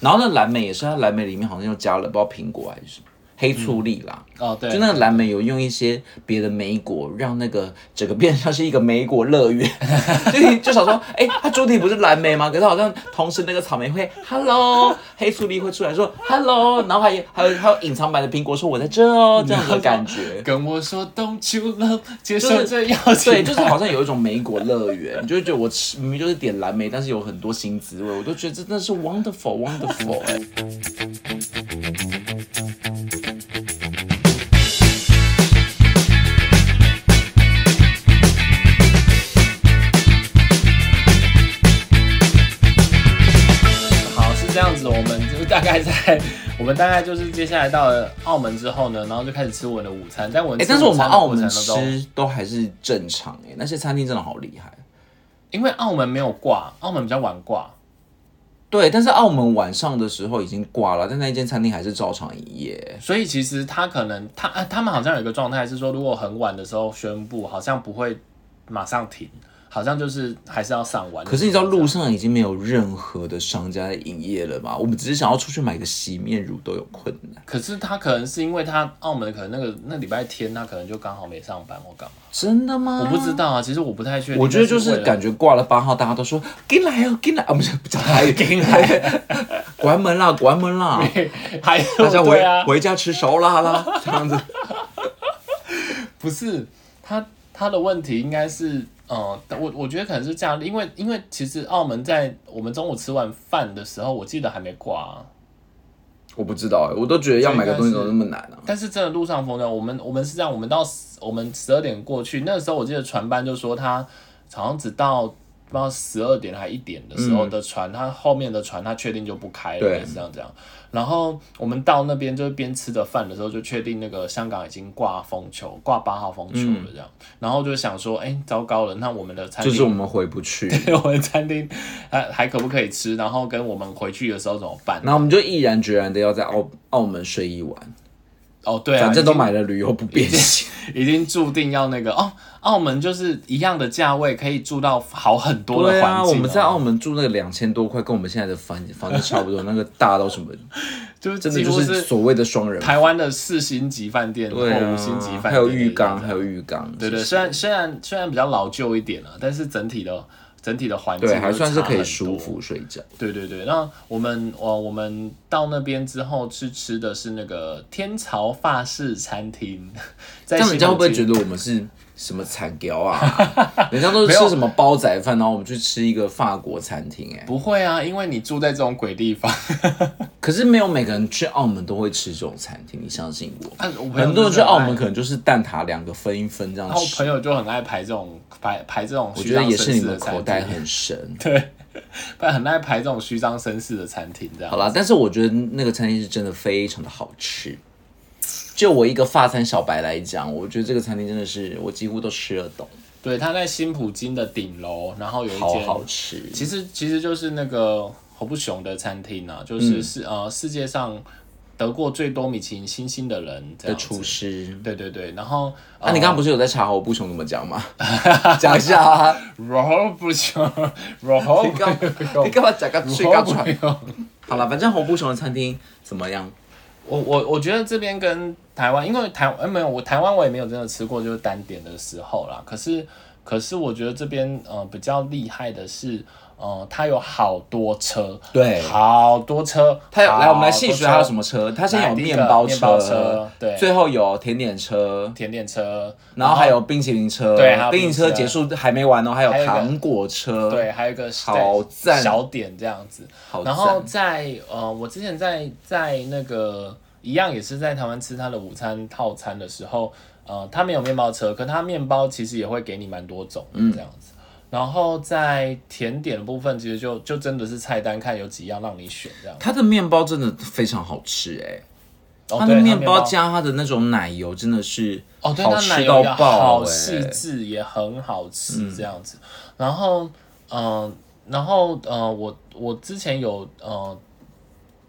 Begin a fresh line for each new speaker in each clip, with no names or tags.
然后那蓝莓也是，它蓝莓里面好像又加了不知道苹果还是什么黑醋栗啦。
哦，对，
就那个蓝莓有用一些别的莓果，让那个整个变得像是一个莓果乐园， 就就想说，哎、它主体不是蓝莓吗？可是好像同时那个草莓会 hello，黑醋栗会出来说 hello，然后还有还有还有隐藏版的苹果说我在这哦，这样子的感觉。
跟我说 Don't you love，接
就
受
是
这邀 请，
对，就是好像有一种莓果乐园，你就会觉得我吃明明就是点蓝莓，但是有很多新滋味，我都觉得真的是 wonderful wonderful 哎、
好，是这样子，我们就大概在，我们大概就是接下来到了澳门之后呢，然后就开始吃我们的午餐，但我们
哎、
吃
但是我
午
们
餐的
澳
过
门
程当中，
吃都还是正常哎、那些餐厅真的好厉害。
因为澳门没有挂，澳门比较晚挂，
对，但是澳门晚上的时候已经挂了，但那一间餐厅还是照常营业。
所以其实他可能他啊他们好像有一个状态是说，如果很晚的时候宣布，好像不会马上停，好像就是还是要上完。
可是你知道路上已经没有任何的商家在营业了吗？我们只是想要出去买个洗面乳都有困难，
可是他可能是因为他澳门可能那个那礼拜天他可能就刚好没上班或干嘛，
真的吗？
我不知。道啊，其实我不太确定。
我觉得就
但为
是
了
感觉挂了八号，大家都说进来哦，进来啊，不是不讲台 语，进来， 关门啦，关门啦，
还
大家
有
回、
对啊，
回家吃烧腊啦，这样子。
不是他他的问题应该是，呃，我我觉得可能是这样，因为因为其实澳门在我们中午吃完饭的时候，我记得还没挂、啊，
我不知道哎、我都觉得要买个东西怎么那么难啊？
但是真的路上疯掉，我们我们是这样，我们到10我们十二点过去，那时候我记得船班就说他好像只到不知道十二点还一点的时候的船，他后面的船他确定就不开了，
对
也是这样这样。然后我们到那边就是边吃着饭的时候，就确定那个香港已经挂风球，挂八号风球了这样。然后就想说，哎、糟糕了，那我们 的餐
嗯就
厅
是我们回不去，
我们餐厅还还可不可以吃？然后跟我们回去的时候怎么办？
然后我们就毅然决然的要在澳澳门睡一晚。
哦，对啊，
反正
已
都
经
买了，旅游不 便行。
已经注定要那个哦，澳门就是一样的价位可以住到好很多的
啊，
环境、
我们在
哦
澳门住那个两千多块，跟我们现在的房房子差不 多，那个大到什么，
就是
真的
几
就
乎
是
是
所谓的双人。
台湾的四星级饭店或
对啊，
五星级饭店，
还有浴缸，。还有浴缸。
对对，
其实
虽然虽然虽然比较老旧一点了、但是整体的整体的环境
对，还算是可以
差很多
舒。服睡觉。
对对对，那我们呃我我们到那边之后去吃的是那个天朝法式餐厅，在
这样人家会不会觉
得
得我们是什么惨屌 啊？人家都是吃什么煲仔饭，然后我们去吃一个法国餐厅，哎，
不会啊？因为你住在这种鬼地方
可是没有每个人去澳门都会吃这种餐厅，你相信我。
啊，我朋友
很多人去
就是很
澳
爱
门可能就是蛋挞两个分一分这样
然后
吃
朋，友就很爱排这种排排这种
啊我
虚
觉得
张
也
声
是你
势的
们
餐
口
厅，
袋很深。
不然很爱排这种虚张声势的餐厅这样。
好啦，但是我觉得那个餐厅是真的非常的好吃。就我一个法餐小白来讲，我觉得这个餐厅真的是我几乎都吃得懂，
对，他在新普京的顶楼，然后有一
好
间，
好吃。
其实其实就是那个侯不雄的餐厅啊，
嗯
就是是、呃世界上得过最多米其林星星的人这
的
样子
厨师，
对对对，然后呃
啊，你刚刚不是有在查侯不雄怎么讲吗？讲一下 啊，
罗不雄，罗
你干嘛你干嘛讲个 睡
罗
觉
不
出来？
雄。
好了，反正侯不雄的餐厅怎么样？
我我我觉得这边跟台湾，因为台呃没有我台湾我也没有真的吃过就是单点的时候啦。可是可是我觉得这边呃比较厉害的是，呃它有好多车，
对
好多车。
他有来，我们来细
细
数它有什么车？它现在有
来第一
面
个
包
面包车对
最后有甜点车，
甜点车，
然后还有冰淇淋车，
对还有
冰淇淋车
冰淇
结
淋
束还没完哦，还有
还有一个
糖果车，
对，还有一个
好赞
小点这样子。
好
然后
赞
在呃，我之前在在那个一样也是在台湾吃他的午餐套餐的时候，呃，他没有面包车，可他面包其实也会给你蛮多种的这样子。然后在甜点的部分，其实就就真的是菜单看有几样让你选这样。
它的面包真的非常好吃哎、
哦，
它
对
的
它
面包
包
加它的那种奶油真的是
哦，对，
好
它奶
吃
油
到
也
爆嗯
好
哎、
细致，也很好吃这样子。然后，嗯、然后呃，我我之前有呃，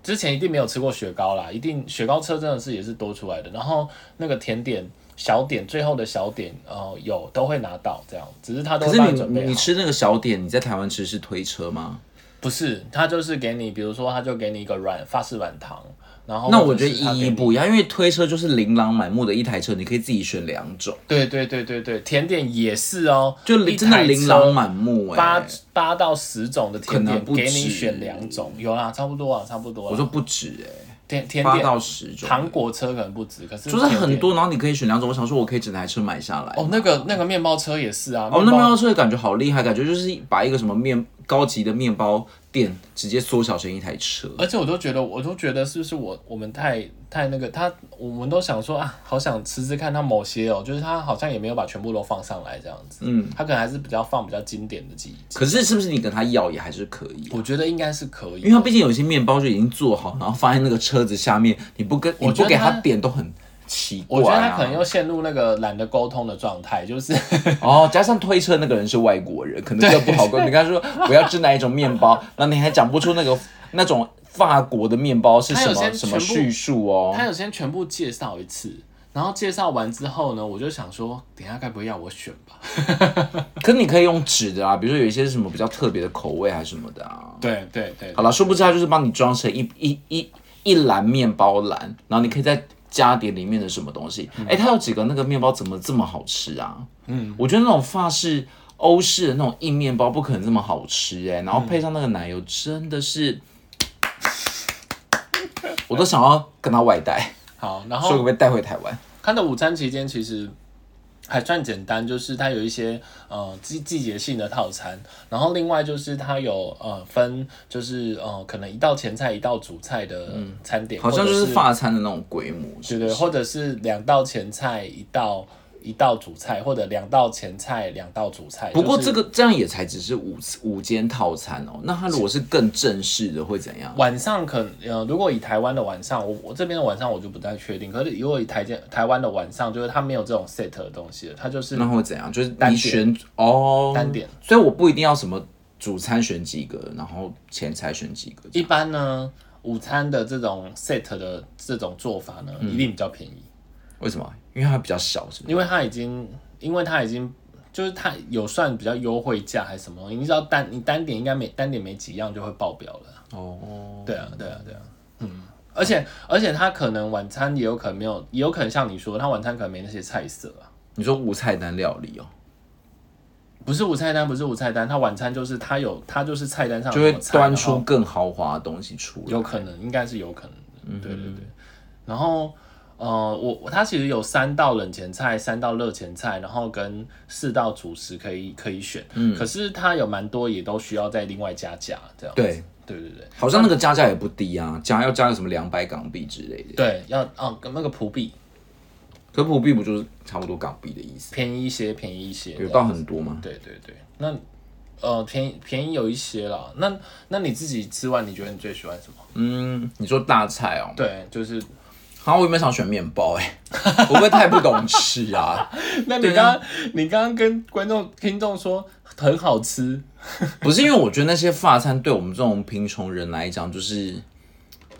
之前一定没有吃过雪糕啦，一定雪糕车真的是也是多出来的。然后那个甜点小点最后的小点呃有都会拿到这样，只是他都
可
会
是
帮你准备
你
好
你吃那个小点，你在台湾吃是推车吗？
不是，它就是给你，比如说，它就给你一个软法式软糖，然后
那
或
哦我
者
觉得
是它
意
给
义
你
不一样，因为推车就是琳琅满目的一台车，你可以自己选两种，
对对对对对，甜点也是哦，
就
一
真的
台车
琳琅满目哎、
八八到十种的甜
可
点
能不
给你
止
选两种，有啦，差不多啊，差不多啦。
我说不止哎、
甜甜
八
点
到十种，
糖果车可能不止，可是
就是
甜
很
点
多，然后你可以选两种。我想说，我可以整台车买下来。
哦，那个那个面包车也是啊，
哦，那
面
面
包
包车感觉好厉害，感觉就是把一个什么面高级的面包店直接缩小成一台车。
而且我都觉得，我都觉得是不是我我们太太那个他，我们都想说啊，好想吃吃看他某些哦，就是他好像也没有把全部都放上来这样子，
嗯，
他可能还是比较放比较经典的几集，
可是是不是你跟他要也还是可以啊、
我觉得应该是可
因为
以。
他毕竟有一些面包就已经做好，然后放在那个车子下面，你不跟你
我觉
不
得
给
他
他点都很奇怪、啊。
我觉得他可能又陷入那个懒得沟通的状态，就是
哦，加上推车那个人是外国人，可能更不好沟通。你跟他说我要吃哪一种面包，那你还讲不出那个 那种法国的面包是什
他有
么
些
什么
全部
叙述哦。
他有先全部介绍一次，然后介绍完之后呢，我就想说，等一下该不会要我选吧？
可你可以用纸的啊，比如说有一些什么比较特别的口味还是什么的啊。
对对对
好了，殊不知它就是帮你装成一一一一篮面包篮，然后你可以再加点里面的什么东西。哎、它有几个那个面包怎么这么好吃啊？嗯，我觉得那种法式、欧式的那种硬面包不可能这么好吃哎、然后配上那个奶油，真的是，我都想要跟他外带，
好，然
说可
后
不可以带回台湾？
他的午餐期间其实还算简单，就是它有一些呃季季节性的套餐，然后另外就是它有呃分就是呃可能一道前菜一道主菜的餐点，
嗯好像
或
就
者
是
是
法餐的那种规模，
对对，或者是两道前菜一道一道主菜，或者两道前菜两道主菜。
不过
就是
这个这样也才只是五五间套餐哦，那它如果是更正式的会怎样？
晚上可能呃，如果以台湾的晚上，我我这边的晚上我就不太确定。可是如果以台间台湾的晚上，就是它没有这种 set 的东西了，它就是
那会怎样？就是
单
你
点
选哦，
单点。
所以我不一定要什么主餐选几个，然后前菜选几个。
一般呢午餐的这种 set 的这种做法呢，一定比较便宜，
为什么？因为它比较少，是不是？
因为它已经因为它已经就是它有算比较优惠价还是什么东西，你知道单你单点应该没单点没几样就会爆表了。
哦，
对啊，对啊，对啊，嗯，而且而且他可能晚餐也有可能没有，也有可能像你说，他晚餐可能没那些菜色啊，
你说无菜单料理哦，
不是无菜单，不是无菜单，他晚餐就是他有他就是菜单上
就
有
会
什么菜
端，
然
出
后
更豪华的东西出来。
哦有可能应该是有可能
嗯
的，对对对，然后。呃，我他其实有三道冷前菜，三道热前菜，然后跟四道主食可以可以选，
嗯
可是他有蛮多也都需要再另外加价这样，
对，
对对对
好像那个加价也不低啊，加要加个什么两百港币之类的。
对，要哦跟那个普比
可普币不就是差不多港币的意思？
便宜一些，便宜一些，
有到很多吗？
对对对，那呃便宜便宜有一些啦。那那你自己吃完，你觉得你最喜欢什么？
嗯，你说大菜哦，
对，就是
好，我原本想选面包、哎，我 会不会太不懂吃啊？
那你刚刚你刚刚跟观众听众说很好吃，
不是因为我觉得那些发餐对我们这种贫穷人来讲，就是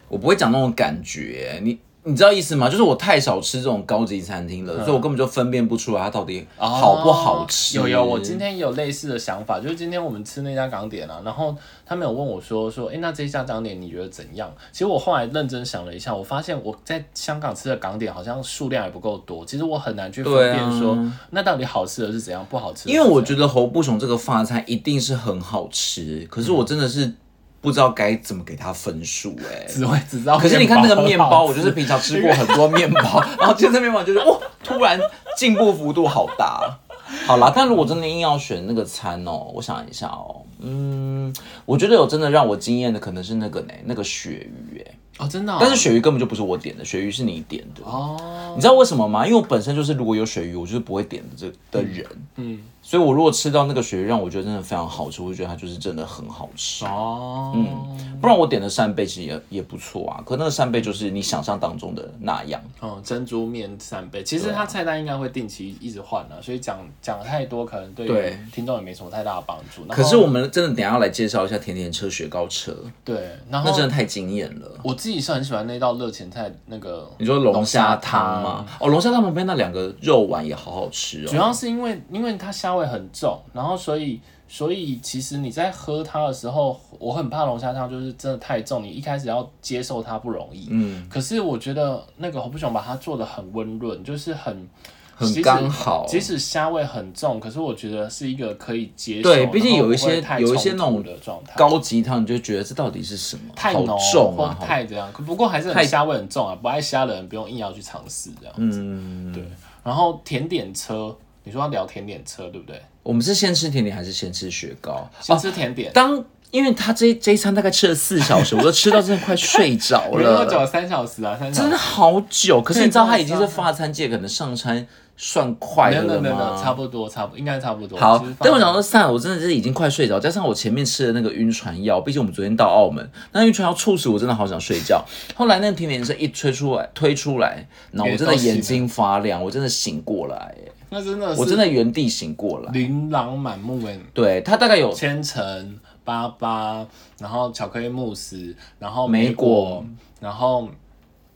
我不会讲那种感觉，欸你你知道意思吗？就是我太少吃这种高级餐厅了，
嗯
所以我根本就分辨不出来它到底啊好不好吃。
哦有有，我今天也有类似的想法，就是今天我们吃那家港点啊，然后他们有问我说说，哎、那这家港点你觉得怎样？其实我后来认真想了一下，我发现我在香港吃的港点好像数量也不够多，其实我很难去分
对啊
辨说、那到底好吃的是怎样，不好吃的是怎
因
样。
为我觉得侯不雄这个发餐一定是很好吃，可
嗯
是我真的是不知道该怎么给它分数哎、
只会只知道，
可是你看那个面包，我
就
就是平常吃过很多面包，然后今天这面包就是哇，突然进步幅度好大。好啦，但如果真的硬要选那个餐哦，我想一下哦，嗯，我觉得有真的让我惊艳的可能是那个呢，那个鳕鱼哎，
哦，真的、
但是鳕鱼根本就不是我点的，鳕鱼是你点的，
哦，
你知道为什么吗？因为我本身就是如果有鳕鱼，我就是不会点的这的人，
嗯，
所以我如果吃到那个鳕鱼，让我觉得真的非常好吃，我就觉得它就是真的很好吃。
哦，嗯，
不然我点的扇贝其实也也不错啊，可那个扇贝就是你想象当中的那样。
哦，珍珠面扇贝，其实
啊
它菜单应该会定期一直换啊，所以讲讲太多可能对
对
于听众也没什么太大的帮助。然后
可是我们真的等一下要来介绍一下甜甜车、雪糕车，
对，然
那
后
真的太惊艳了。
我自己是很喜欢那道热前菜，那个
你说龙虾汤吗？哦，龙虾汤旁边那两个肉丸也好好吃
主
哦。
要是因为因为它虾味很重，然后所以所以其实你在喝它的时候，我很怕龙虾汤，就是真的太重，你一开始要接受它不容易。
嗯，
可是我觉得那个红布熊把它做的很温润，就是很
很
即使
刚好
即使虾味很重，可是我觉得是一个可以接受，
对毕竟
然后
有一
不会
些
太
有一些
冲
那种
突的状态。
高级汤，你就觉得这到底是什么？
太
好
浓
重
或
啊！好
太这样，可不过还是
太
很虾味很重啊。不爱虾的人不用硬要去尝试这样。
嗯，
对，然后甜点车，你说要聊甜点车对不对？
我们是先吃甜点还是先吃雪糕？
先吃甜点，
当因为他这这一餐大概吃了四小时，我都吃到真的快睡着
我们喝酒
了，
了三小时啊，三小
真
时
的。好久。可是你知道他已经是
对真的是
法餐界可能上餐算快
没
的
有没
了
有没有没有，
吗？
差不多差不多，应该差不多。
好
其实，放
但我想说，算了，我真的是已经快睡着，加上我前面吃的那个晕船药，毕竟我们昨天到澳门，那晕船药促使我真的好想睡觉。后来那个甜点声一吹出来，推出来，然后我真的眼睛发亮，我真的醒过来，哎
那真的是
我真的原地醒过来。
琳琅满目哎，
对，它大概有
千层、粑粑，然后巧克力慕斯，然后
莓
莓
果
果，然后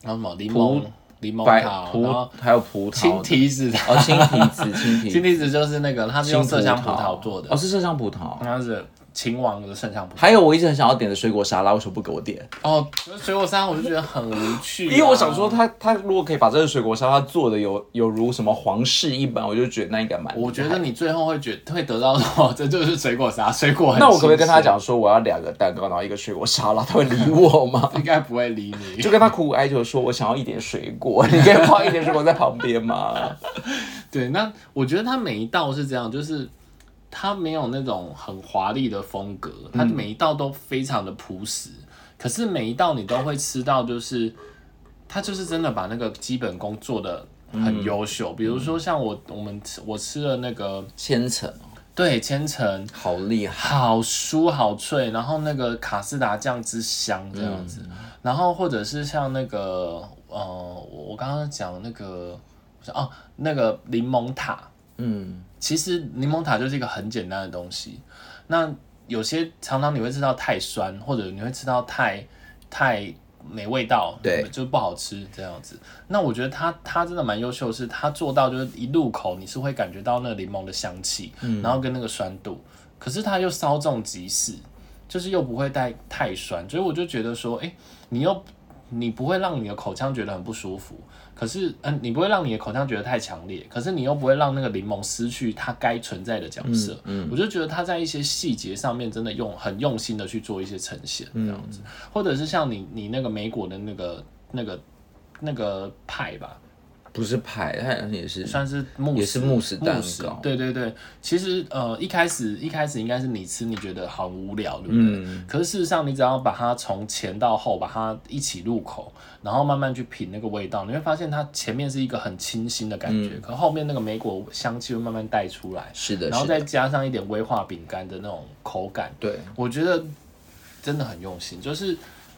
然后什么柠
葡
檬柠檬
白
桃，然
葡
后，
还有葡
青
萄的，
提子，
哦，青提子，青提 子，
青提子就是那个它是用麝香葡萄做的
哦，，是麝香葡萄。
它是秦王的麝香葡萄。
还有我一直很想要点的水果沙拉，为什么不给我点？
哦，水果沙拉我就觉得很无趣、啊
因为我想说，他，他如果可以把这个水果沙拉做的有有如什么皇室一般，我就觉得那应该蛮。
我觉得你最后会觉 会得到说，这就是水果沙拉，水果很
那我可不可以跟他
新鲜？
讲说我要两个蛋糕，然后一个水果沙拉？他会理我吗？
应该不会理你
就。跟他苦苦哀求说，我想要一点水果，你可以放一点水果在旁边 吗？
对，那我觉得它每一道是这样，就是它没有那种很华丽的风格，它每一道都非常的朴实，可是每一道你都会吃到，就是它就是真的把那个基本功做的很优
嗯
秀。比如说像我我们吃我吃了那个
千层
对千层，
好厉害，
好酥好脆，然后那个卡士达酱之香这样子，然后或者是像那个呃，我我刚刚讲那个我想哦，那个柠檬塔，
嗯，
其实柠檬塔就是一个很简单的东西。那有些常常你会吃到太酸，或者你会吃到太太没味道，
对
就是不好吃这样子。那我觉得它它真的蛮优秀的是，它做到就是一入口你是会感觉到那个柠檬的香气，然后跟那个酸度，可是它又稍纵即逝，就是又不会太太酸，所以我就觉得说，哎、你又你不会让你的口腔觉得很不舒服，可是嗯、呃你不会让你的口腔觉得太强烈，可是你又不会让那个柠檬失去它该存在的角色。嗯，我就觉得他在一些细节上面真的用很用心的去做一些呈现，这
嗯
样子，或者是像你你那个莓果的那个那个那个派吧，
不是派，它好像也是
算是慕斯
也是慕斯蛋糕
慕斯对对对，其实呃一开始一开始应该是你吃，你觉得好无聊，对不对？可是事实上，你只要把它从前到后把它一起入口，然后慢慢去品那个味道，你会发现它前面是一个很清新的感觉，可后面那个莓果香气会慢慢带出来，
嗯是的，
然后
是的
再加上一点威化饼干的那种口感，
对，
我觉得真的很用心，就是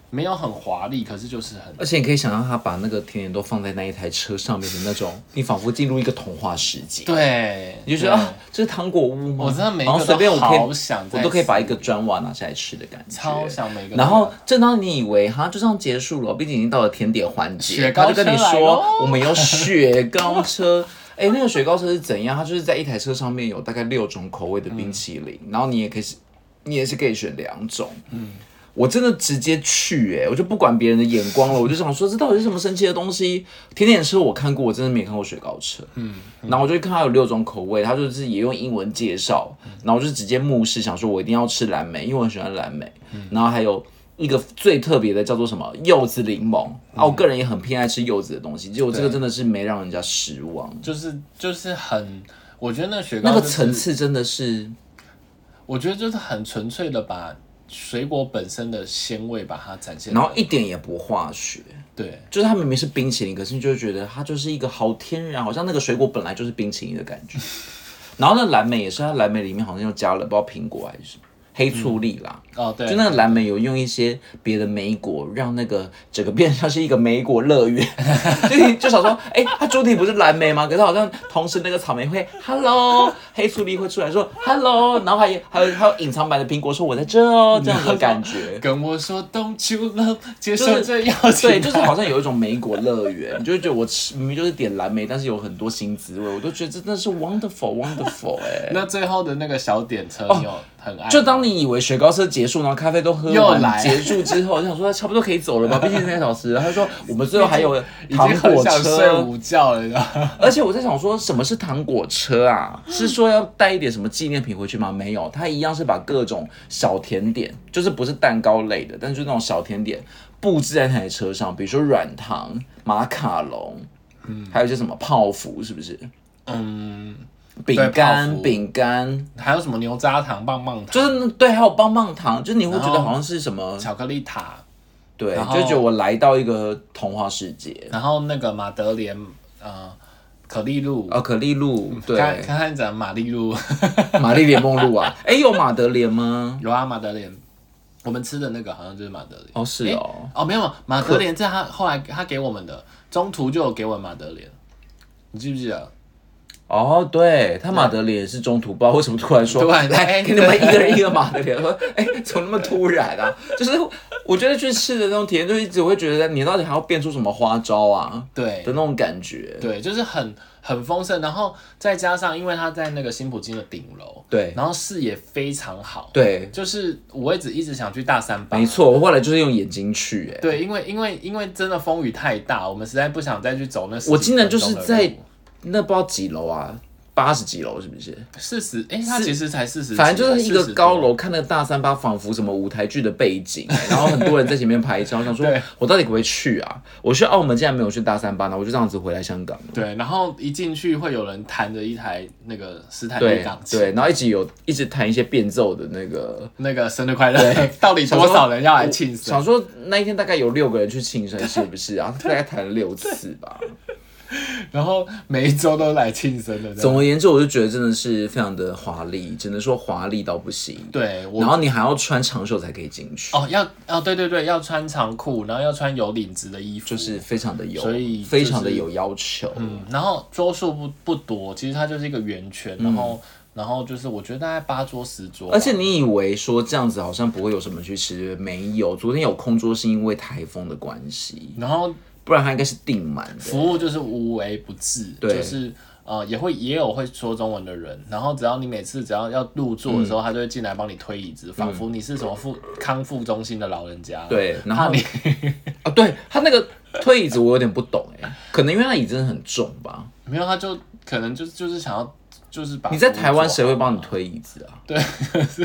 没有很华丽，可是就是很
而且你可以想象他把那个甜点都放在那一台车上面的那种，你仿佛进入一个童话世界，
对，
你就觉得啊，这是糖果屋吗？
我真的每一
然后
个
随便我
都
可以，
好
我
想再
都可以
吃
把一个砖瓦拿下来吃的感觉，
超想每个都
然
要
后正当你以为哈就这样结束了，毕竟已经到了甜点环节，
雪糕
他就跟你
车来
说
咯
我们有雪糕车。 哎，那个雪糕车是怎样？它就是在一台车上面有大概六种口味的冰淇淋，
嗯
然后你也可以是，你也是可以选两种。嗯，我真的直接去哎、我就不管别人的眼光了，我就想说这到底是什么神奇的东西？甜点车我看过，我真的没看过雪糕车。嗯，然后我就看它有六种口味，它就是也用英文介绍，然后我就直接目视，想说我一定要吃蓝莓，因为我很喜欢蓝莓。
嗯
然后还有一个最特别的叫做什么柚子柠檬
嗯
啊，我个人也很偏爱吃柚子的东西，结果这个真的是没让人家失望，
就是就是很，我觉得那雪糕、
那
就是、
个层，次真的是
我觉得就是很纯粹的把水果本身的鲜味把它展现。
然后一点也不化学，
对，
就是它明明是冰淇淋，可是你就会觉得它就是一个好天然，好像那个水果本 来就是冰淇淋的感觉。然后那蓝莓也是，它蓝莓里面好像又加了不知道苹果还是什么，黑醋栗啦，
哦，对，
就那个蓝莓有用一些别的莓果，让那个整个变成像是一个莓果乐园。就就想说，哎、它主体不是蓝莓吗？可是好像同时那个草莓会 hello，黑醋栗会出来说 hello，然后还有还有还有隐藏版的苹果说我在这哦，这样子的感 觉。
跟我说 Don't you love，接
就
受
是
这邀请，
对，就是好像有一种莓果乐园，你就会觉得我吃明明就是点蓝莓，但是有很多新滋味，我都觉得真的是 wonderful wonderful 哎、
那最后的那个小点车，你有很爱吗？
哦就当你以为雪糕车结束，然后咖啡都喝
又
完
来
结束之 后，就想说哎差不多可以走了吧，毕竟三个小时。他说我们最后还有
已
糖
经很
果
想睡
车，
午觉了，你知道吗？
而且我在想说什么是糖果车啊？是说要带一点什么纪念品回去吗？没有，它一样是把各种小甜点，就是不是蛋糕类的，但是就那种小甜点布置在那台车上，比如说软糖、马卡龙，还有一些什么泡芙，是不是？
嗯，
饼
泡
干，
芙
饼干。
还有什么牛轧糖、棒棒糖、
就是对，还有棒棒糖，就是你会觉得
然后
好像是什么
巧克力塔，
对，
然后
就觉得我来到一个童话世界。
然后那个马德莲，呃，可丽露，
哦，可丽露，对，
看看看讲马丽露，
玛丽莲梦露啊，哎，有马德莲吗？
有啊，马德莲，我们吃的那个好像就是马德莲。
哦，是哦，
哦，没有，马德莲在他后来他给我们的，中途就有给我们马德莲，你记不记得？
哦，对，他马德莲是中途，不知道为什么突然说，
突然
来
哎
给你们一个人一个马德莲，我说，哎，怎么那么突然 啊？就是我觉得去吃的那种体验，就一直会觉得你到底还要变出什么花招啊
对
的，那种感觉。
对，就是很很丰盛，然后再加上因为他在那个新普京的顶楼，
对
然后视野非常好，，
对，
就是我一直一直想去大三巴，
没，错，我后来就是用眼睛去，哎，
对，因为因为因为真的风雨太大，我们实在不想再去走那十几
我竟然就是
分钟的
在
路
那不知道几楼啊，八十几楼是不是？
四十，哎，他其实才四十，
反正就是一
40
个
多
高，楼，看那个大三巴，仿佛什么舞台剧的背景， 然后很多人在前面拍照，想说
对
我到底可不可以去啊？我去澳门竟然没有去大三巴呢，我就这样子回来香港了。
对，然后一进去会有人弹着一台那个斯坦利
对
钢琴，
对，然后一直有一直弹一些变奏的那个，
那个生日快乐， 到底多少人要来庆生？
想说那一天大概有六个人去庆生，是不是啊？大概弹了六次吧。
然后每一周都来庆生的这样，
总而言之，我就觉得真的是非常的华丽，只能说华丽到不行。
对我
然后你还要穿长袖才可以进去，
哦，要哦，对对对，要穿长裤，然后要穿有领子的衣服，
就是非常的有，
所以就是
非常的有要求。
嗯，然后桌数不不多，其实它就是一个圆圈，然后、然后就是我觉得大概八桌十桌
嗯
吧，
而且你以为说这样子好像不会有什么去吃，没有。昨天有空桌是因为台风的关系，
然后
不然它应该是订满的。
服务就是无微不至，
对
就是呃也会也有会说中文的人，然后只要你每次只要要入座的时候，
嗯
他就会进来帮你推椅子，仿佛你是什么复康复中心的老人家，，
对，然
怕
后
你
啊，对他那个推椅子我有点不懂哎、可能因为那椅子真的很重吧。
没有他就可能就就是想要就是把
你在
服务
台湾
做
谁
好
会帮你推椅子啊？
对，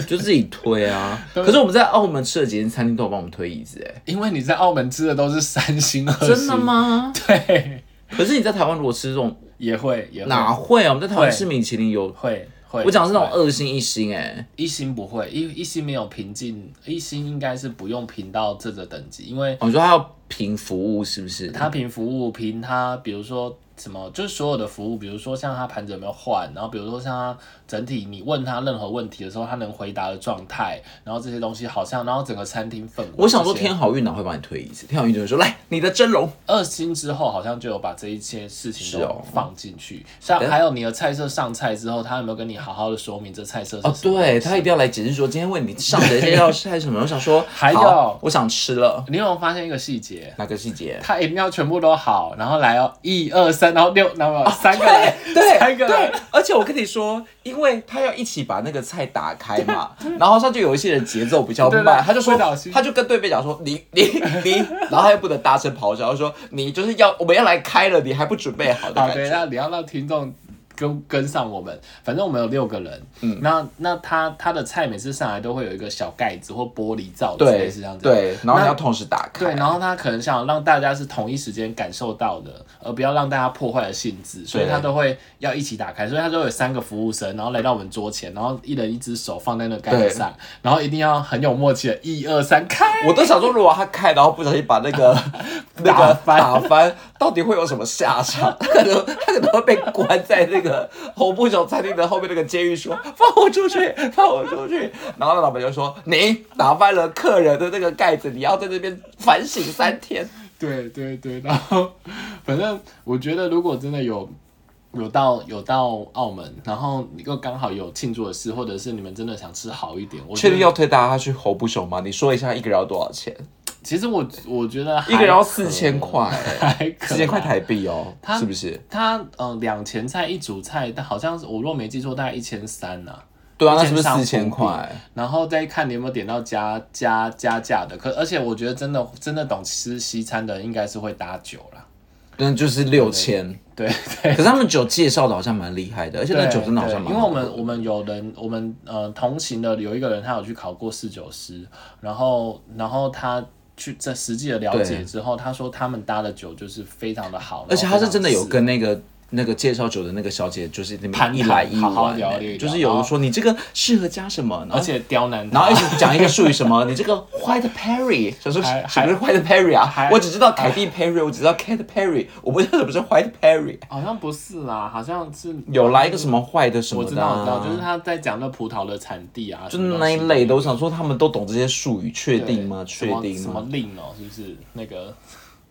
就自己推啊。 可是我们在澳门吃的几间餐厅都有帮我们推椅子哎、
因为你在澳门吃的都是三星二星，
真的？吗？
对，
可是你在台湾如果吃这种
也会也会
哪会啊？我们在台湾
会
吃米其林有，
会会。
我讲的是那种
会
二星一星哎、
一星不会，一一星没有评进，一星应该是不用评到这个等级，因为
哦你说他要评服务是不是？
他评服务评他，比如说什么，就是所有的服务，比如说像他盘子有没有换，然后比如说像他整体你问他任何问题的时候，他能回答的状态，然后这些东西好像，然后整个餐厅氛围。
我想说
这些
天好运哪会帮你推一次？天好运就会说来你的蒸笼，
二星之后好像就有把这一些事情
是
都
哦
放进去，像还有你的菜色上菜之后，他有没有跟你好好的说明这菜色
哦
是，什么？
对他一定要来解释说今天为你上的这些道菜是什么。我想说，
还有
好我想吃了
你有没有发现一个细节？
哪个细节？
他一定要全部都好，然后来哦，一二三，然后六，然后三个来，
哦对
三个
对
来，，
而且我跟你说，因为他要一起把那个菜打开嘛，然后他就有一些人节奏比较
对
慢
对，
他就说
会导心
他就跟对面讲说你你你，然后他又不能大声咆哮，他说你就是要我们要来开了，你还不准备好的
好，
感
对，
觉。
那你要让听众跟跟上我们，反正我们有六个人，嗯，那那他他的菜每次上来都会有一个小盖子或玻璃罩之类
对
是这样子，
对，然后
那
你要同时打开。
对，然后他可能想让大家是同一时间感受到的，而不要让大家破坏了兴致，所以
对
他都会要一起打开，所以他都有三个服务生，然后来到我们桌前，然后一人一只手放在那个盖
对
子上，然后一定要很有默契的，一二三，开，
我都想说，如果他开，然后不小心把那个那
打
个
翻
打翻，到底会有什么下场？ 他可能他可能会被关在那个红布小餐厅的后面那个监狱，说放我出去，放我出去。然后那老板就说你打翻了客人的那个盖子，你要在那边反省三天。
对对对，然后反正我觉得，如果真的有有到有到澳门，然后又刚好有庆祝的事，或者是你们真的想吃好一点， 我觉
确
得
定要推大家去红布熊吗？你说一下一个人要多少钱？
其实我我觉得还
一个人要
可
四千块，
还可
四千块
啦
台币哦，是不是？
它嗯，两前菜一主菜，但好像是我若没记错，大概一千三呐。
对啊，那是不是
1300
四千块？
然后再看你有没有点到加加加价的，可而且我觉得真的真的懂吃西餐的，应该是会搭酒啦。
那就是六千。
对
可是他们酒介绍的好像蛮厉害的，而且那
对
酒真的好
对
像蛮好喝的……
因为我们我们有人，我们呃同行的有一个人，他有去考过侍酒师，然后然后他去这实际的了解
对
之后，他说他们搭的酒就是哦非常的好，
而且他是真的有
跟。
跟那个那个介绍酒的那个小姐，就是那边
攀谈
一来一
好好
往
聊一聊
欸，就是有人说你这个适合加什么，然
而
后
且刁难他，
然后一直讲一个术语什 么，你这个 White Perry，想说
还
什么是 White Perry 啊
还？
我只知道凯蒂 Perry，我只知道 Kate Perry，我不知道什么是 White Perry。
好像不是啦，好像是
有来一个什么坏的什么
我知
的
道，
啊、
我知道，就是他在讲那葡萄的产地啊，就
就是那一类的。我想说，他们都懂这些术语，确定吗？确定
什么
吗？
令哦，是不是那个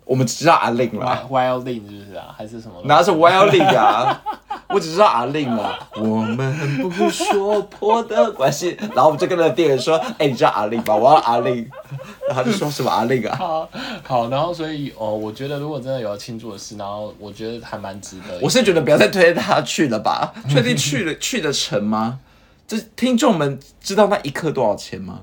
我们只知道阿令啦，
wild 令是不是啊？还是什么？
哪是 Wild 令啊？我只知道阿令啊。我们不说破的关系，然后我们就跟那个店员说：“哎、你知道阿令吗？我要阿令。”然后他就说什么阿令啊？
好，好，然后所以哦，我觉得如果真的有要庆祝的事，然后我觉得还蛮值得。
我是觉得不要再推他去了吧，确定去了去得成吗？这听众们知道那一克多少钱吗？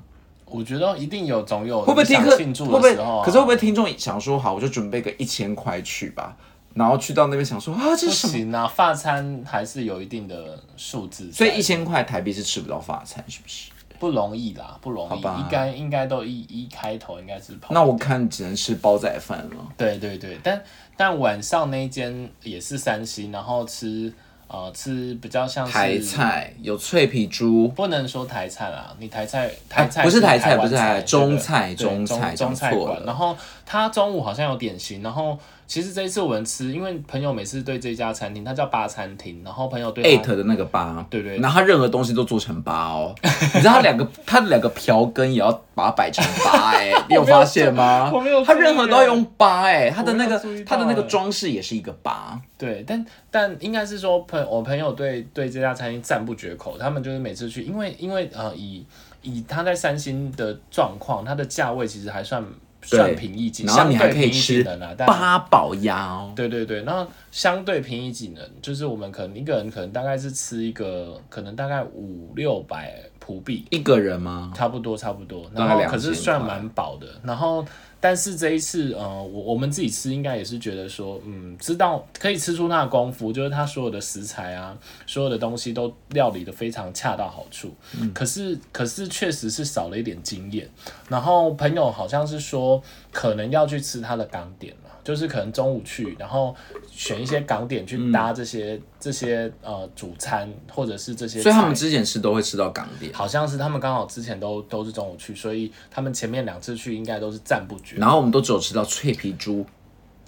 我觉得一定有总有
会不会听
想
课
庆祝
会不
的
会
时候啊？？
可是会不会听众想说好，我就准备个一千块去吧，然后去到那边想说啊，这是
不
什么？
行啊，发餐还是有一定的数字在，
所以一千块台币是吃不到法餐，是不是？
不容易啦，不容易，
吧
应该应该都一一开头应该是跑
那我看只能吃煲仔饭了。
对对对，但但晚上那一间也是三星，然后吃呃吃比较像是
台，菜有脆皮猪，
不能说台菜啦，你台菜台菜、
哦不是台菜
台湾
不是台菜
菜，
中
对
菜
对
中
中
菜
中
讲
菜
错
馆。
了
然后他中午好像有点心，然后其实这一次我们吃，因为朋友每次对这家餐厅，它叫八餐厅，然后朋友对
艾
它
特的那个八，
对对
然后他任何东西都做成八哦， 你知道他两个他的两个瓢羹也要把它摆成 八哎、你有发现吗？
我没有注意啊
他任何都要用八哎、他的那
我
个
没有注意到
他的那个
哎
装饰也是一个八，
对，但但应该是说朋我朋友对对这家餐厅赞不绝口，他们就是每次去，因为因为呃以以他在三星的状况，它的价位其实还算
对
算平易近，
然后你还
相对
可以
平易
吃
近人啊，但
八宝鸭哦，
对对对，那相对平易近人，就是我们可能一个人可能大概是吃一个，可能大概五六百葡币，
一个人吗？
差不多差不多，
嗯大
然
概
后
2000
可是算
块
蛮饱的，然后但是这一次呃，我我们自己吃应该也是觉得说，嗯，知道可以吃出那的功夫，就是它所有的食材啊，所有的东西都料理的非常恰到好处，
嗯
可是可是确实是少了一点经验，然后朋友好像是说可能要去吃它的港点了。就是可能中午去，然后选一些港点
嗯
去搭这些、这些呃主餐，或者是这些菜。
所以他们之前吃都会吃到港点，
好像是他们刚好之前都都是中午去，所以他们前面两次去应该都是赞不绝口。
然后我们都只有吃到脆皮猪，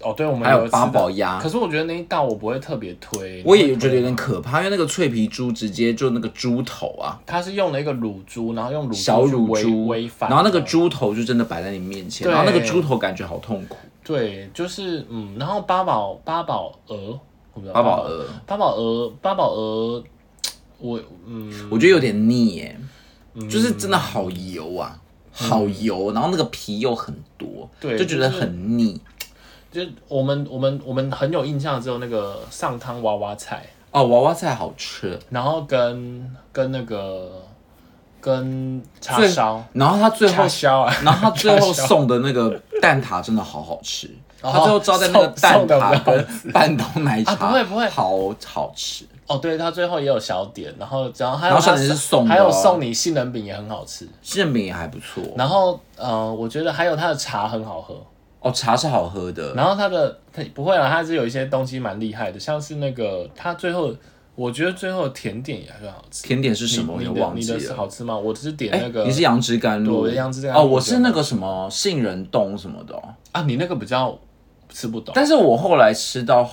哦，对，我们
还有
吃
八
的
宝鸭
可是我觉得那一道我不会特别推，
我也觉得有点可怕，因为那个脆皮猪直接就那个猪头啊，
他是用了一个卤猪，然后用卤猪
小乳
去
猪
煨煨，饭，
然后那个猪头就真的摆在你面前，
对
然后那个猪头感觉好痛苦，
对，就是嗯，然后八宝八宝鹅，我不知道
八宝呃鹅，
八宝鹅八宝鹅，我嗯
我觉得有点腻耶，就是真的好油啊，好油，然后那个皮又很多，
嗯对
就觉得很腻。
就是我们我们我们很有印象只有那个上汤娃娃菜，
哦，娃娃菜好吃，
然后跟跟那个跟叉
最
烧。
然后他最后
叉，烧啊，
然后他最后
叉烧
送的那个 蛋挞真的好好吃。
哦
他最后招待那个蛋
送送的
挞
丸
跟 半岛奶茶，
啊不会不会
好好吃。
哦，对，他最后也有小点，然后然后还有
然后小
他
点是送的
还有
哦
送你杏仁饼也很好吃，
杏仁饼也还不错，
然后呃，我觉得还有他的茶很好喝，
哦，茶是好喝的，
然后他的他不会啦，他是有一些东西蛮厉害的，像是那个他最后我觉得最后甜点也很好吃，
甜点是什么我
你
也
你的
忘
你
记
的
了
是。好吃吗？我只是点
哎、
那个、
你是杨枝甘露，欸
对我是杨枝甘露啊
哦，我是那个什么杏仁冻什么的、哦，
啊，你那个比较吃不懂。
但是我后来吃到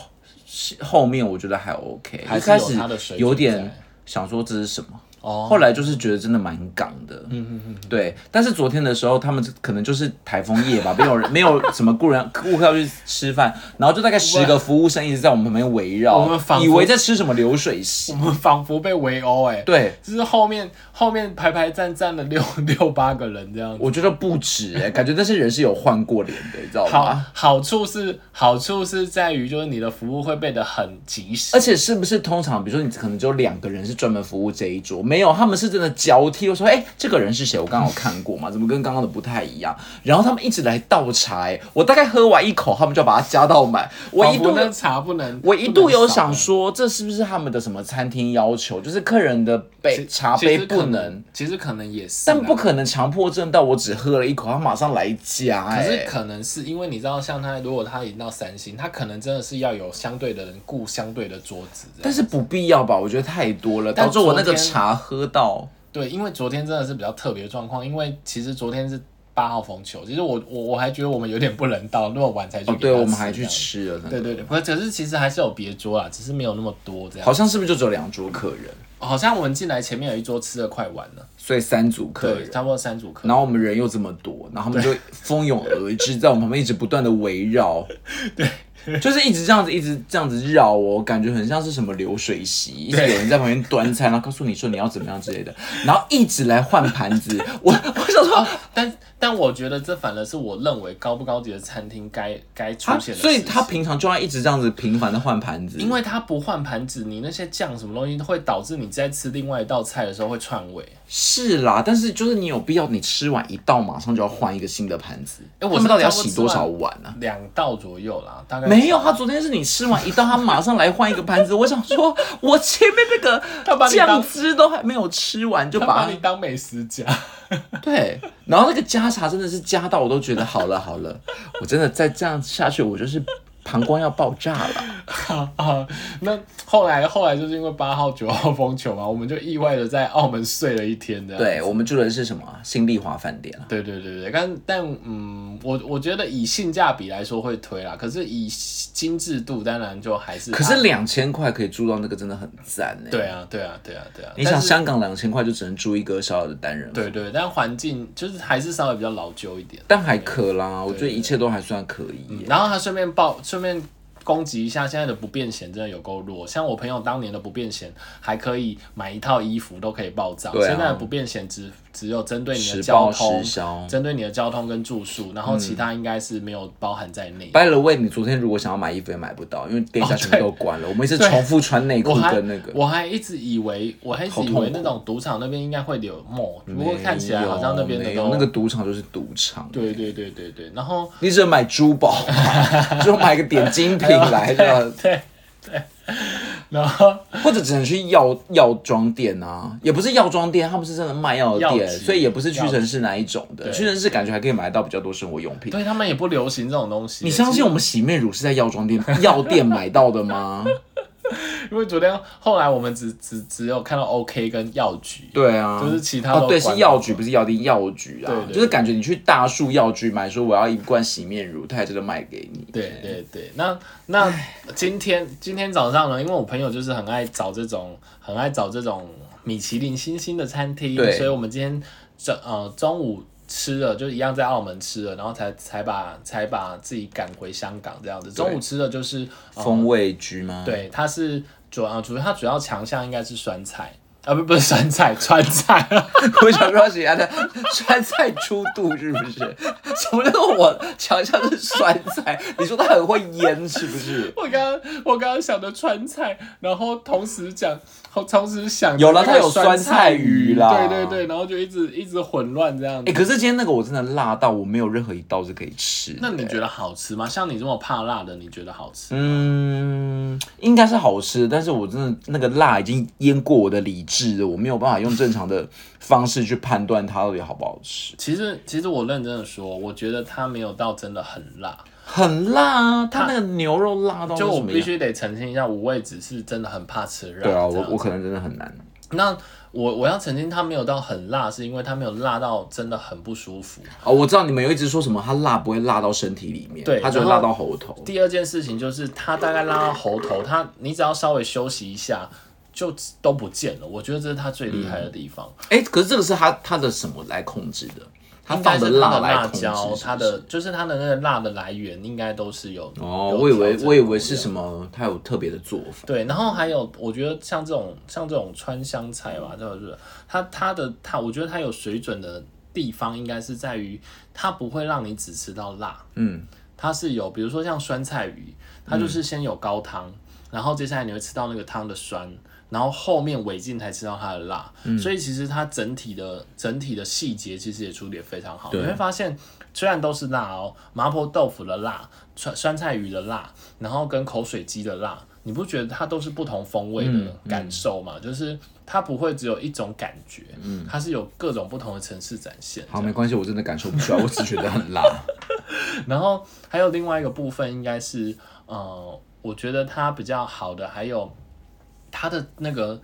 是后面，我觉得还 OK，
还
一
是有
开始
它的水准
有
在
点想说这是什么。
哦
后来就是觉得真的蛮港的，嗯嗯嗯，对。但是昨天的时候，他们可能就是台风夜吧，没有人没有什么顾人顾客要去吃饭，然后就大概十个服务生一直在我们旁边围绕，
我们仿佛
以为在吃什么流水席
我，们仿佛被围殴哎，，
对。
就是后面后面排排站站了六 六八个人这样子。
我觉得不止哎、感觉那些人是有换过脸的，你知道
好
吗？
好处是好处是在于就是你的服务会变得很及时
而，且是不是通常，比如说你可能只有两个人是专门服务这一桌，没有，他们是真的交替。我说，哎、这个人是谁？我刚好看过嘛，怎么跟刚刚的不太一样？然后他们一直来倒茶、哎我大概喝完一口，他们就把它加到满。我一
仿
度
佛那茶不能，
我一度有想
不能少
说，这是不是他们的什么餐厅要求，就是客人的杯
其
哎茶
其
杯
实
不
可
能，
其实可能也是啊啦，
但不可能强迫症到我只喝了一口，他马上来加、
可是
哎，
可能是因为你知道，像他如果他赢到三星，他可能真的是要有相对的人雇相对的桌子这样。
但是不必要吧？我觉得太多了，
但
导致我那
昨
个
天
茶喝到哦
对，因为昨天真的是比较特别的状况，因为其实昨天是八号风球，其实我我我还觉得我们有点不人道，那么晚才去、
哦，对，我们还去。吃了，
对对对，可可是其实还是有别桌啦，只是没有那么多这样。
好像是不是就只有两桌客人，
好像我们进来前面有一桌吃的快完了，
所以三组客
对，
人。
差不多三组客。
然后我们人又这么多，然后他们就蜂拥而至，在我们旁边一直不断的围绕， 对，就是一直这样子，一直这样子绕哦，感觉很像是什么流水席，一直有人在旁边端菜，然后告诉你说你要怎么样之类的，然后一直来换盘子，我我想说，
但但我觉得这反而是我认为高不高级的餐厅该该出
他
现的事情、嗯
所以他平常就要一直这样子频繁的换盘子，
因为它不换盘子，你那些酱什么东西会导致你在吃另外一道菜的时候会串味。
是啦，但是就是你有必要，你吃完一道马上就要换一个新的盘子，
哎我
他
是
们到底要
差不
洗
多吃
多少
完
碗啊？
两道左右啦，大概
没有，他昨天是你吃完一道，他马上来换一个盘子。我想说，我前面那
他把
个
你当
酱汁都还没有吃完，就
他
把
把你当美食家。
对，然后那个加茶真的是加到我都觉得好了好了，我真的再这样下去，我就是膀胱要爆炸了。
啊，那后来后来就是因为八号九号风球嘛，我们就意外的在澳门睡了一天的。
对我们住的是什么啊新丽华饭店啊，
对对对对，但但嗯，我我觉得以性价比来说会推啦，可是以精致度当然就还是它。
可是啊两千块可以住到那个真的很赞呢、
对，啊对啊对啊对啊，
你想
但是
香港两千块就只能住一个小小的单人，，
对对，但环境就是还是稍微比较老旧一点。
但还可啦，我觉得一切都还算可以耶、
然后他顺便报，顺便攻击一下现在的不变险真的有够弱，像我朋友当年的不变险还可以买一套衣服都可以报账，
对啊
现在的不变险只只有针对你的
时
交
报时
通，
消。
针对你的交通跟住宿，然后其他应该是没有包含在内。
By the way，你昨天如果想要买衣服也买不到，因为店家全部都关了。我们一直
哦对
重复穿内
我
裤
还
跟那个，
我还一直以为，我还一直以
好痛
为
苦
那种赌场那边应该会有 mall，不
没
过
有
看起来好像那边的
没
都
有那个赌场就是赌场。
对对对对对，然后
你只能买珠宝嘛，就买个点精
哎
品来的，
对对，然后
或者只能去药药妆店啊，也不是药妆店，他们是真的卖药的
药
店，
局
所以也不是屈臣氏那一种的。
对
屈臣氏感觉还可以买到比较多生活用品。
对他们也不流行这种东西。
你相信我们洗面乳是在药妆 店、药店买到的吗？
因为昨天后来我们只只只有看到 OK 跟药局，
对啊，
就是其他
哦
都，
对，
关
是
了
药局，不是药店，药局啊，
对对
就是感觉你去大树药局买，说我要一罐洗面乳，他还真的卖给你。
对对对，那那今天今天早上呢，因为我朋友就是很爱找这种很爱找这种米其林星星的餐厅，
对
所以我们今天中呃中午吃了，就一样在澳门吃了，然后才才把才把自己赶回香港这样子。中午吃的就是、呃、
风味居吗？，
对，它是主要主要它主要强项应该是酸菜啊，不不是酸菜， 川菜。
我想说谁家的 酸菜出肚是不是？ 什么叫做我强项是酸菜？你说他很会腌是不 是？
我刚刚我刚刚想的川菜，然后同时讲，同时想
有啦
它
它有酸菜鱼啦
对对对，然后就一直一直混乱这样
哎、
子。
可是今天那个我真的辣到我没有任何一道是可以吃的。
那你觉得好吃吗？像你这么怕辣的，你觉得好吃？
嗯，应该是好吃，但是我真的那个辣已经淹过我的理智了，我没有办法用正常的方式去判断它到底好不好吃。
其实其实我认真的说，我觉得它没有到真的很辣，
很辣啊，它那个牛肉辣到
就
那哦
我
什么
必
样
须得澄清一下，五味子是真的很怕吃辣。
对啊，
这
我
样
我可能真的很难。
那我我要澄清，它没有到很辣，是因为它没有辣到真的很不舒服。
哦，我知道你们有一直说什么，它辣不会辣到身体里面，
对
它只会
然后
辣到喉头。
第二件事情就是，它大概拉到喉头，它你只要稍微休息一下，就都不见了。我觉得这是它最厉害的地方。
哎、可是这个是它它的什么来控制的？它
应
放
该是它的
辣来
辣
控制是
椒
不，是
它的就是它的那个辣的来源，应该都是有。
哦，
有
我以为
调整
我以为是
过的
什么，它有特别的做法。
对，然后还有，我觉得像这种像这种川湘菜吧，就是它它的它，我觉得它有水准的地方，应该是在于它不会让你只吃到辣，
嗯，
它是有，比如说像酸菜鱼，它就是先有高汤，然后接下来你会吃到那个汤的酸，然后后面尾劲才吃到它的辣，所以其实它整体的整体的细节其实也处理得非常好，你
对
会发现。虽然都是辣哦，麻婆豆腐的辣、酸酸菜鱼的辣，然后跟口水鸡的辣，你不觉得它都是不同风味的感受吗？就是它不会只有一种感觉，它是有各种不同的层次展现。
好，没关系，我真的感受不 出来，我只觉得很辣。
然后还有另外一个部分，应该是呃，我觉得它比较好的还有它的那个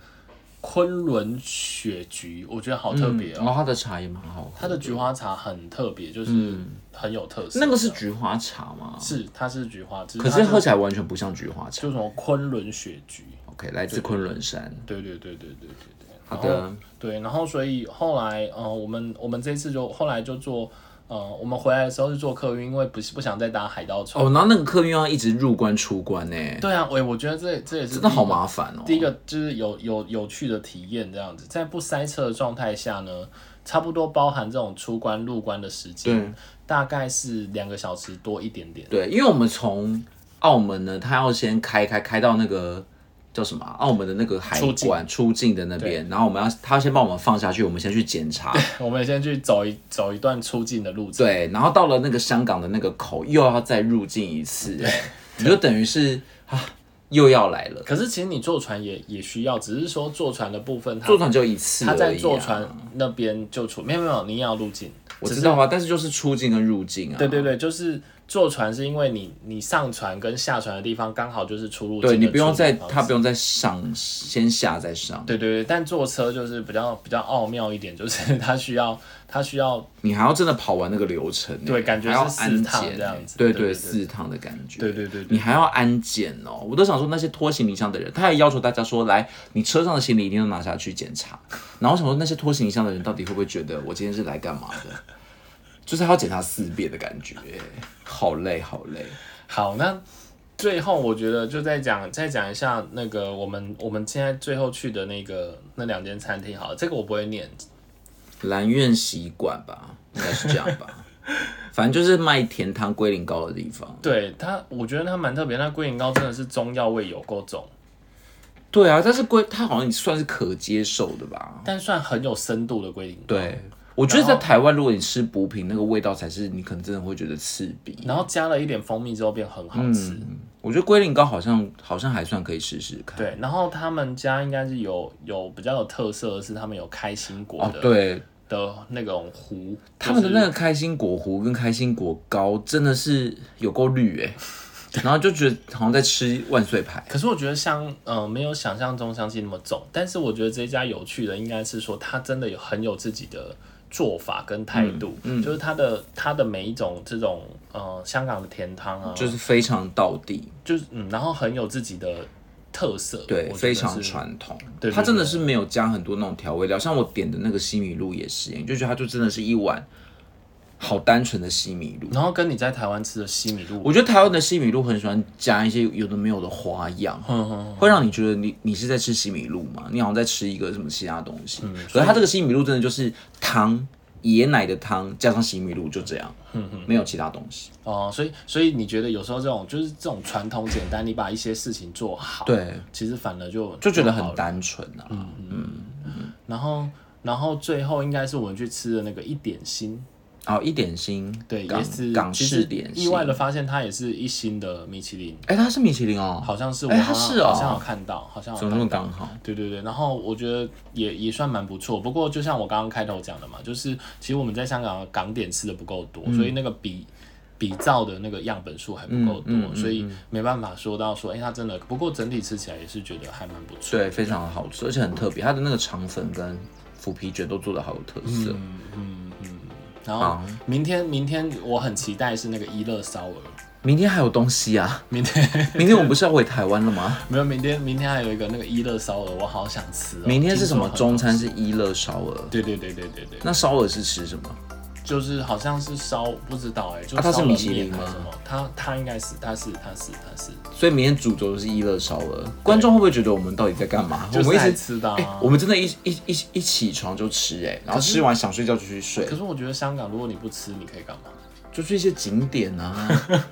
昆仑雪菊，我觉得好特别
嗯
哦。
然后它的茶也蛮好喝，
它的菊花茶很特别，就是很有特色。
嗯那个是菊花茶吗？
是它是菊花，只
可
它
是喝起来完全不像菊花茶。
就什么昆仑雪菊。
OK，来自昆仑山。
对对对对对对对。
好
然
的，
对，然后所以后来，呃，我们我们这次就后来就做，呃，我们回来的时候是做客运，因为不是不想再搭海盗船。
哦，然后那个客运要一直入关出关呢、
对啊，我我觉得这这也是
真的好
第一个
麻烦哦。
第一个就是有有有趣的体验这样子，在不塞车的状态下呢，差不多包含这种出关入关的时间，大概是两个小时多一点 点。
对，因为我们从澳门呢，他要先开开开到那个叫什么啊、澳门的那个海
出境
关出境的那边，然后我们要他要先帮我们放下去，我们先去检 查。
我们先去走一走一段出境的路程，
对，然后到了那个香港的那个口，又要再入境一 次，你就等于是啊，又要来了。
可是其实你坐船也也需要，只是说坐船的部分它，
坐船就一次、而
它在
已啊
坐船那边就出，没有没有，你也要入境。
我知道啊，但是就是出境跟入境啊。
对对对，就是坐船是因为你你上船跟下船的地方刚好就是出入境
对，
的
你不用
处理
再，
方式
他不用再上，先下再上，
对对对，但坐车就是比较比较奥妙一点，就是 它需要它需要
你还要真的跑完那个流程欸，
对感觉
还要
是四
安
趟
检
这样
欸
子
对
对对对
四趟的感觉，
对对对对
你还要安检哦，我都想说那些拖行李箱的人，他还要求大家说，来，你车上的行李一定要拿下去检查，然后我想说那些拖行李箱的人到底会不会觉得我今天是来干嘛的，就是还要检查四遍的感觉欸，好累好累，
好。那最后我觉得就再讲再讲一下那个我们我们现在最后去的那个那两间餐厅，好了，这个我不会念，
蓝苑习惯吧，应该是这样吧，反正就是卖甜汤龟苓膏的地方。
对它，我觉得它蛮特别，那龟苓膏真的是中药味有够重，
对啊，但是龟它好像也算是可接受的吧？
但算很有深度的龟苓膏。
对，我觉得在
哦然后
台湾，如果你吃补品，那个味道才是你可能真的会觉得刺鼻。
然后加了一点蜂蜜之后变很好吃，
我觉得龟苓膏好像好像还算可以试试看。哦
对。然后他们家应该是有有比较有特色的是，他们有开心果
哦
的、，
对，
的那种糊，
他们的
就是
那个开心果糊跟开心果糕真的是有够绿 哎、然后就觉得好像在吃万岁牌。
可是我觉得香，呃，没有想象中香气那么重。但是我觉得这一家有趣的应该是说，它真的有很有自己的做法跟态度，
嗯
就是它的它的每一种这种呃香港的甜汤啊，
就
就
是是非常道地，
就是嗯，然后很有自己的特色，
对，
我觉得
非常
是。
传统。
对对
它真的是没有加很多那种调味料，像我点的那个西米露也是欸，你就觉得它就真的是一碗好单纯的西米露。
然后跟你在台湾吃的西米露，
我觉得台湾的西米露很喜欢加一些有的没有的花样，
嗯
会让你觉得你你是在吃西米露嘛？你好像在吃一个什么其他东西。
嗯
可是它这个西米露真的就是汤，椰奶的汤加上西米露就这样，
嗯
没有其他东西。
哦、所以所以你觉得有时候这种就是这种传统简单，你把一些事情做好，，
对，
其实反而就
哦就觉得
好了
很单纯啊。
嗯然后然后最后应该是我们去吃的那个一点心，
然后一点心，
对，
港
也是
港
其
式
实
点
意
心。
外的发现它也是一星的米其林，
哎，它是米其林哦，
好像是我
哎
好
它
像
是哦
好像有看到，好像有
怎么那
看
么
到。
刚好？
对对对，然后我觉得也也算蛮不错，不过就像我刚刚开头讲的嘛，就是其实我们在香港的港点吃的不够多，所以那个比比照的那个样本数还不够多，
嗯嗯嗯
所以没办法说到说，哎、它真的。不过整体吃起来也是觉得还蛮不错。
对，非常好吃，而且很特别，它的那个肠粉跟腐皮卷都做的好有特色。
嗯然后明天明天我很期待是那个一乐烧鹅，
明天还有东西啊！
明天
明天我们不是要回台湾了吗？
没有明天明天还有一个那个一乐烧鹅，我好想吃、哦。
明天是什么
听说很
中餐？是一乐烧鹅，
对对对对对对，
那烧鹅是吃什么？
就是好像是烧不知道哎、就
啊它是
烧冷
米其林
面还是
吗
什么？它它应该是它是它是它是，
所以明天主轴就是一乐烧鹅。观众会不会觉得我们到底在干嘛？我
就是
们
来
一直
吃的、啊
哎、我们真的一一一一一起床就吃哎、然后吃完想睡觉就去睡
可，是我觉得香港，如果你不吃，你可以干嘛？
就去一些景点啊。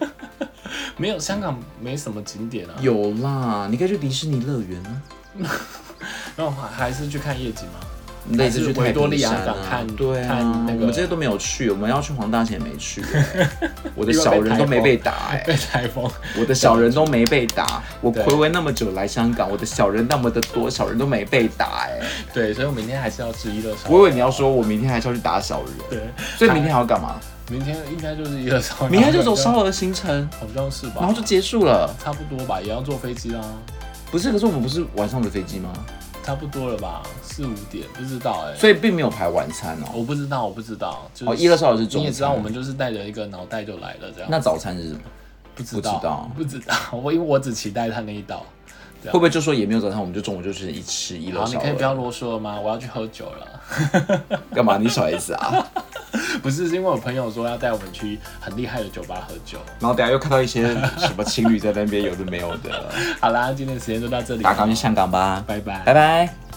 没有香港没什么景点啊，
有啦，你可以去迪士尼乐园啊，
那我还还是去看夜景吗？
类似去太
维多
平
利亚
山
港
啊
看，
对啊，
看那个
我们这些都没有去，我们要去黄大仙也没去、 哎我的
因为被
小人
台
都没
风
被打哎、
被台风，
我的小人都没被打，我
对
回违那么久来香港，我的小人那么的多，小人都没被打哎、
对，所以我明天还是要吃一乐烧。
我以为你要说我明天还是要去打小人，
对，
所以明天还要干嘛？
明天应该就是一乐烧，
明天就走
然后
烧鹅行程，
好像是吧，
然后就结束了。
差不多吧，也要坐飞机啦，
不是，可是我们不是晚上的飞机吗？
差不多了吧，四五点不知道哎、
所以并没有排晚餐哦。
我不知道，我不知道，就是、
哦，一个小时是中餐。
你也知道，我们就是带着一个脑袋就来了这样。
那早餐是什么？
不知
不
道，
知道
不知道， 我因为我只期待他那一道。
会不会就说也没有早餐，我们就中午就是一吃一
好，
楼
你
烧
可以不要
鹅？
啰嗦了吗？我要去喝酒了。
干嘛？你小孩子 啊？
不是，是因为我朋友说要带我们去很厉害的酒吧喝酒。
然后等下又看到一些什么情侣在那边有的没有的，
好啦，今天的时间就到这里，
大家赶快去香港吧，
拜拜
拜。拜。